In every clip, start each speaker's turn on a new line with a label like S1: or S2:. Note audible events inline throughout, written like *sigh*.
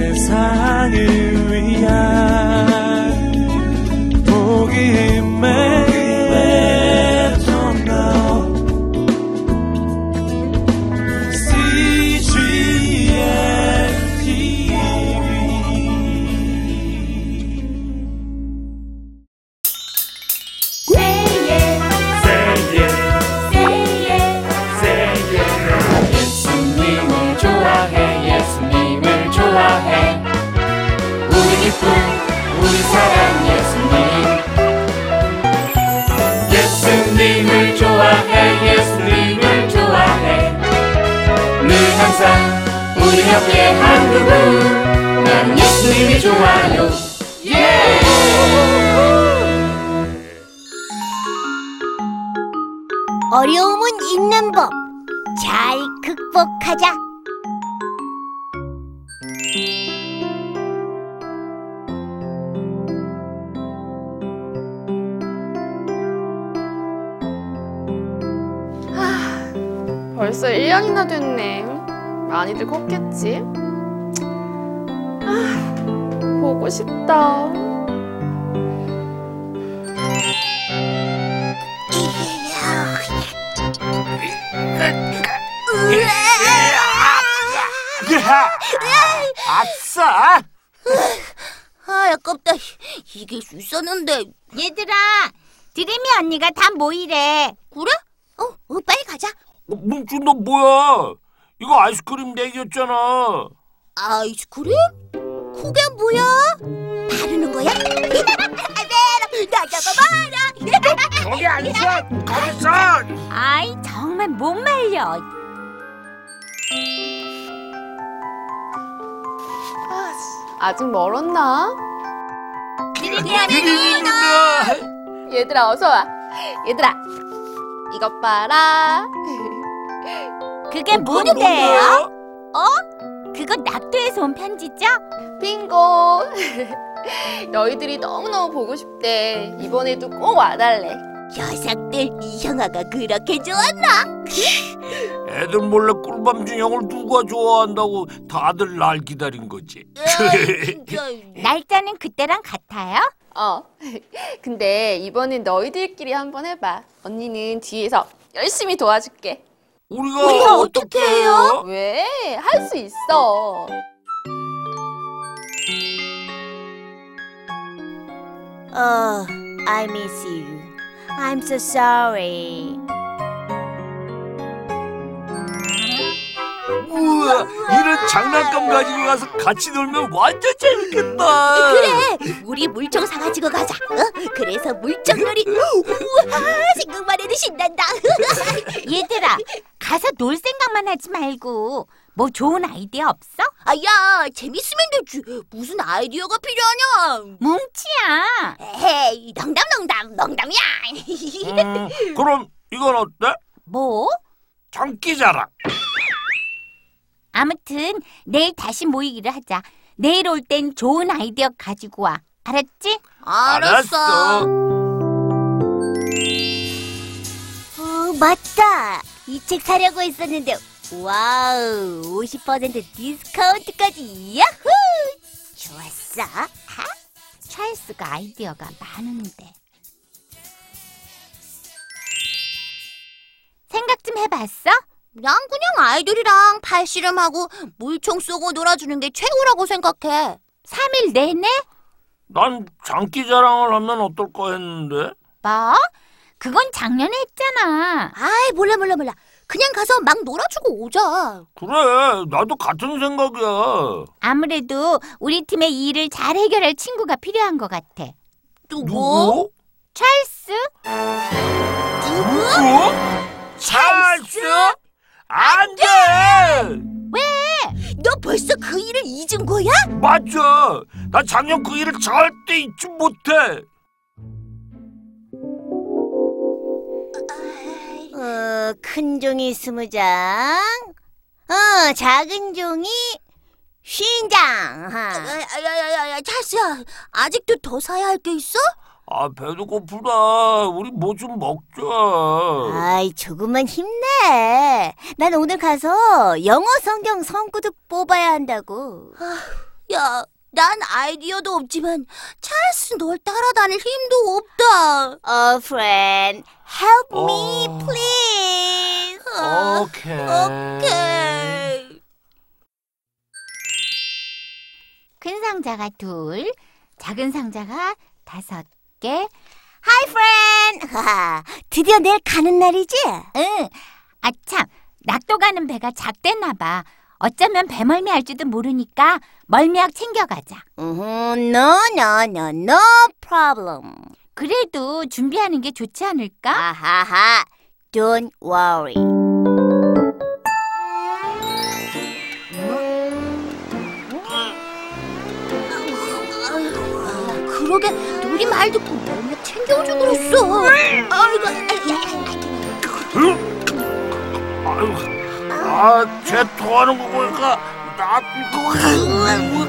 S1: 세상을 위한 복음의 통로 CGN TV
S2: Say it,
S1: Say it,
S2: say it,
S1: say it
S2: 예수님을 좋아해, 예수님을 좋아해. 우리 기쁨, 우리 사랑, 예수님. 예수님을 좋아해, 예수님을 좋아해. 늘 항상 우리 옆에 한 그분, 난 예수님이 좋아요. 예!
S3: 어려움은 있는 법. 잘 극복하자. *laughs*
S4: 벌써 1년이나 됐네. 많이들 컸겠지? 아, 보고 싶다.
S5: 야! 아싸!
S3: 아, 아깝다. 이길 수 있었는데. 얘들아, 드림이 언니가 다 모이래. 그래? 어, 어 빨리 가자.
S5: 뭉친 뭐, 너 뭐야? 이거 아이스크림 내기였잖아.
S3: 아이스크림? 그게 뭐야? 바르는 거야? *laughs* 베라, 나 잡아봐라.
S5: 거기 안 있어! 거기 있어!
S3: 아이, 정말 못 말려.
S4: 아, 아직 멀었나?
S3: 드림이 언니.
S4: 얘들아, 어서와. 얘들아, 이것 봐라.
S3: 어, 그게
S5: 네.
S3: 뭔데요? 그거 낙도에서 온 편지죠?
S4: 빙고. *laughs* 너희들이 너무너무 보고 싶대. 이번에도 꼭 와달래.
S3: 녀석들 이 형아가 그렇게 *laughs* 좋았나?
S5: 애들 몰래 꿀밤 준영을 누가 좋아한다고 다들 날 기다린 거지.
S3: 어, 날짜는 그때랑 같아요?
S4: 어. *laughs* 근데 이번엔 너희들끼리 한번 해봐. 언니는 뒤에서 열심히 도와줄게.
S5: 우리가,
S3: 우리가
S5: 어떻게
S3: 어떡해요?
S5: 해요?
S4: 왜? 할 수 있어.
S3: Oh, I miss you. I'm so sorry.
S5: 우와, 이런 장난감 가지고 가서 같이 놀면 완전 재밌겠다.
S3: 그래, 우리 물총 사가지고 가자. 어? 그래서 물총놀이. 우와, 생각만 해도 신난다. *laughs* 얘들아, 가서 놀 생각만 하지 말고 뭐 좋은 아이디어 없어? 아야, 재밌으면 되지. 무슨 아이디어가 필요하냐? 뭉치야. 에이, 농담 농담 농담이야. *laughs*
S5: 음, 그럼 이건 어때?
S3: 뭐?
S5: 장기자랑.
S3: 아무튼 내일 다시 모이기를 하자. 내일 올 땐 좋은 아이디어 가지고 와. 알았지? 어, 맞다. 이 책 사려고 했었는데 와우, 50% 디스카운트까지. 야호! 좋았어. 하? 찰스가 아이디어가 많은데. 생각 좀 해봤어? 난 그냥 아이들이랑 팔씨름하고 물총 쏘고 놀아주는 게 최고라고 생각해. 3일 내내?
S5: 난 장기자랑을 하면 어떨까 했는데.
S3: 뭐? 그건 작년에 했잖아. 아이, 몰라, 몰라, 몰라. 그냥 가서 막 놀아주고 오자.
S5: 그래, 나도 같은 생각이야.
S3: 아무래도 우리 팀의 이 일을 잘 해결할 친구가 필요한 것 같아.
S5: 누구?
S3: 찰스?
S5: 누구? 어? 찰스? 안 돼!
S3: 너 벌써 그 일을 잊은 거야?
S5: 맞아! 나 작년 그 일을 절대 잊지 못해!
S3: 어, 큰 종이 스무 장. 어, 작은 종이 쉰 장. 야야야야, 찰스야. 아직도 더 사야 할 게 있어?
S5: 아, 배도 고프다. 우리 뭐 좀 먹자.
S3: 아이, 조금만 힘내. 난 오늘 가서 영어 성경 성구도 뽑아야 한다고. 야, 난 아이디어도 없지만 찰스 널 따라다닐 힘도 없다.
S6: Oh, friend, help me,
S5: 어.
S6: please.
S5: 아, 오케이.
S3: 오케이.
S6: 큰 상자가 둘, 작은 상자가 다섯 개. Hi, friend.
S3: *laughs* 드디어 내일 가는 날이지?
S6: 응. 아 참, 낙도 가는 배가 작대나 봐. 어쩌면 배멀미 할지도 모르니까 멀미약 챙겨가자.
S3: 음, no, no, no, no problem.
S6: 그래도 준비하는 게 좋지 않을까?
S3: 아하하, don't worry. 그러게 우리 말 듣고 몸에 챙겨오지 그랬어. 아이고, 아이, 야, 야, 야.
S5: 아유, 아, 쟤 토하는 거 보니까 나 이거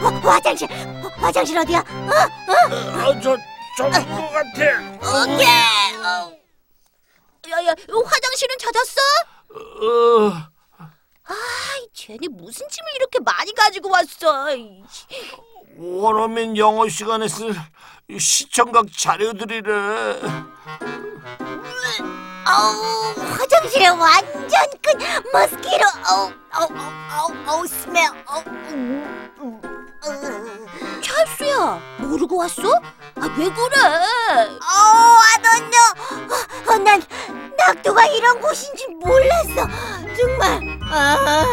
S3: 어, 화장실, 어, 화장실 어디야?
S5: 아, 저 저거 같아.
S3: 오케이. 어. 야야, 화장실은 찾았어?
S5: 어.
S3: 아이, 쟤네 무슨 짐을 이렇게 많이 가지고 왔어? 이씨.
S5: 원어민 영어 시간에 쓸 시청각 자료들이래.
S3: 아우 화장실에 완전 큰 머스키로 아우 아우 아우 아우, 아우 스멜 아우 음, 음, 음. 찰수야 모르고 왔어? 아 왜 그래? 어, 아우 아돈노 어, 난 낙도가 이런 곳인 줄 몰랐어 정말 아.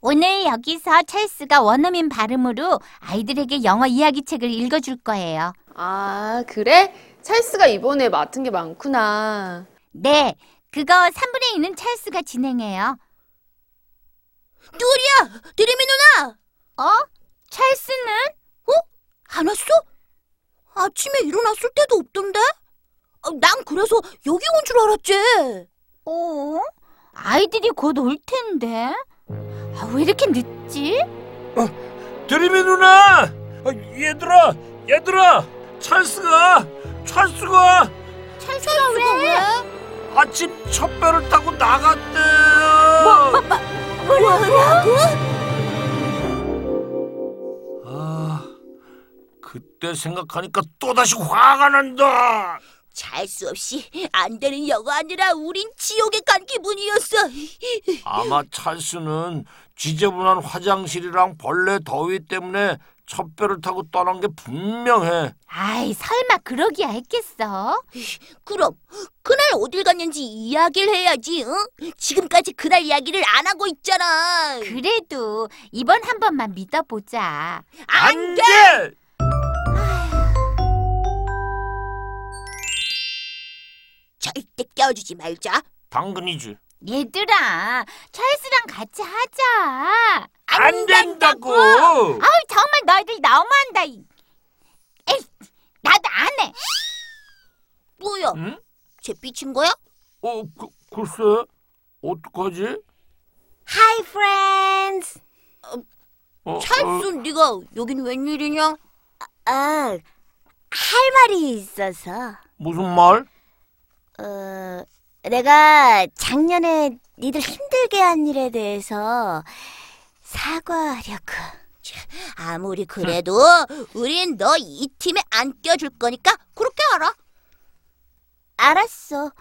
S6: 오늘 여기서 찰스가 원어민 발음으로 아이들에게 영어 이야기책을 읽어줄 거예요.
S4: 아, 그래? 찰스가 이번에 맡은 게 많구나.
S6: 네, 그거 3분의 2는 찰스가 진행해요.
S3: 누리야 드림이 누나
S6: 어? 찰스는?
S3: 안 왔어? 아침에 일어났을 때도 없던데? 아, 난 그래서 여기 온 줄 알았지
S6: 어? 아이들이 곧 올 텐데. 아, 왜 이렇게 늦지?
S5: 드림이 누나, 아, 얘들아, 얘들아, 찰스가, 찰스가
S6: 찰스가 왜?
S5: 아침 첫 배를 타고 나갔대.
S6: 뭐,
S5: 뭐, 아, 그때 생각하니까 또 다시 화가 난다.
S3: 잘 수 없이 안 되는 영화 아니라 우린 지옥에 간 기분이었어.
S5: 아마 찰스는 지저분한 화장실이랑 벌레 더위 때문에 첫 배를 타고 떠난 게 분명해.
S6: 아이, 설마 그러기야 했겠어?
S3: 그럼 그날 어딜 갔는지 이야기를 해야지. 응? 지금까지 그날 이야기를 안 하고 있잖아.
S6: 그래도 이번 한 번만 믿어보자.
S5: 안 돼!
S3: 절대 껴주지 말자.
S5: 당근이지.
S6: 얘들아, 찰스랑 같이 하자.
S5: 안 된다고!
S6: 아우, 정말 너희들 너무한다. 이. 에이, 나도 안 해.
S3: 뭐야?
S5: 응?
S3: 쟤 삐친 거야?
S5: 어, 그, 글쎄, 어떡하지?
S6: Hi, friends.
S5: 어,
S3: 찰수 네가 여긴 웬일이냐?
S6: 어, 할 말이 있어서.
S5: 어, 무슨 말?
S6: 어, 내가 작년에 니들 힘들게 한 일에 대해서 사과하려고.
S3: 아무리 그래도 우린 너 이 팀에 안 껴줄 거니까 그렇게 알아.
S6: 알았어.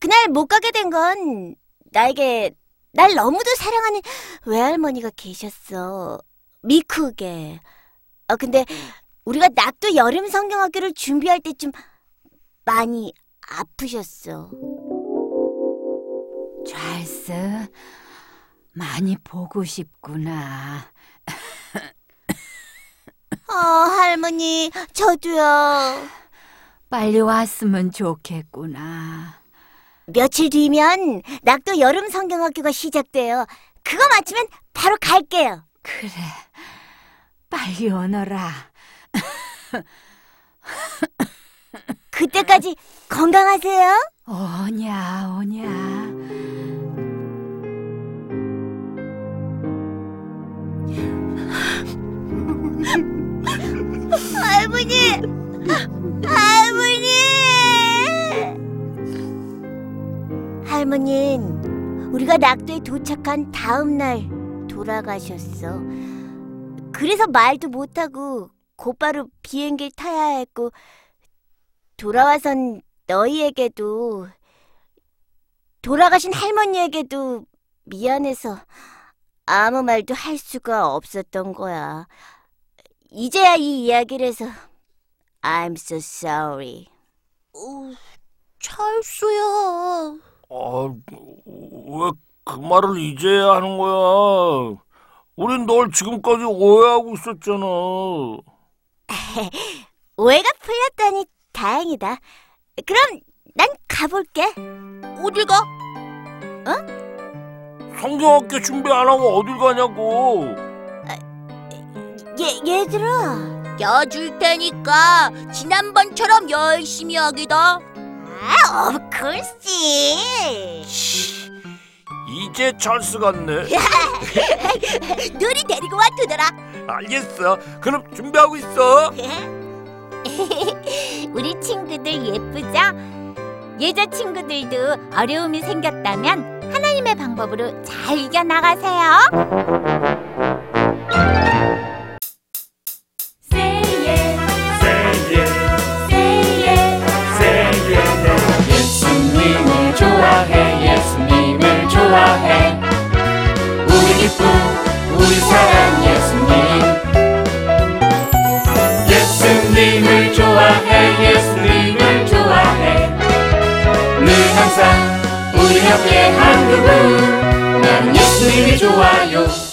S6: 그날 못 가게 된 건 나에게 날 너무도 사랑하는 외할머니가 계셨어. 미쿡에. 어, 근데 우리가 낙도 여름 성경학교를 준비할 때쯤 많이 아프셨어. 찰스, 많이 보고 싶구나.
S3: 어, 할머니, 저도요.
S6: 빨리 왔으면 좋겠구나.
S3: 며칠 뒤면 낙도 여름 성경학교가 시작돼요. 그거 마치면 바로 갈게요.
S6: 그래, 빨리 오너라.
S3: 그때까지 건강하세요.
S6: 오냐, 오냐.
S3: 할머니! 할머니! 할머니는 우리가 낙도에 도착한 다음 날 돌아가셨어. 그래서 말도 못하고 곧바로 비행기를 타야 했고 돌아와선 너희에게도 돌아가신 할머니에게도 미안해서 아무 말도 할 수가 없었던 거야. 이제야 이 이야기를 해서 I'm so sorry.
S7: 어, 찰수야.
S2: 아, 왜 그 말을 이제야 하는 거야? 우린 널 지금까지 오해하고 있었잖아.
S3: 오해가 풀렸다니 다행이다. 그럼 난 가볼게.
S7: 어딜 가?
S2: 성경학교 준비 안 하고 어딜 가냐고.
S3: 예, 얘 얘들아.
S7: 껴줄 테니까 지난번처럼 열심히 하기다.
S3: 아, of course.
S2: 이제 찰스 같네.
S3: 누리 데리고 와 두더라.
S2: 알겠어. 그럼 준비하고 있어.
S7: *laughs* 우리 친구들 예쁘죠? 예자 친구들도 어려움이 생겼다면 하나님의 방법으로 잘 이겨나가세요. Say yeah,
S8: say yeah,
S7: say yeah.
S8: say yeah now.
S5: 예수님을 좋아해 예수님을 좋아해 우리 기쁨 우리 사랑 예수님 예수님을 좋아해 예수님을 좋아해 늘 항상 우리 옆에 한 그분 난 예수님이 좋아요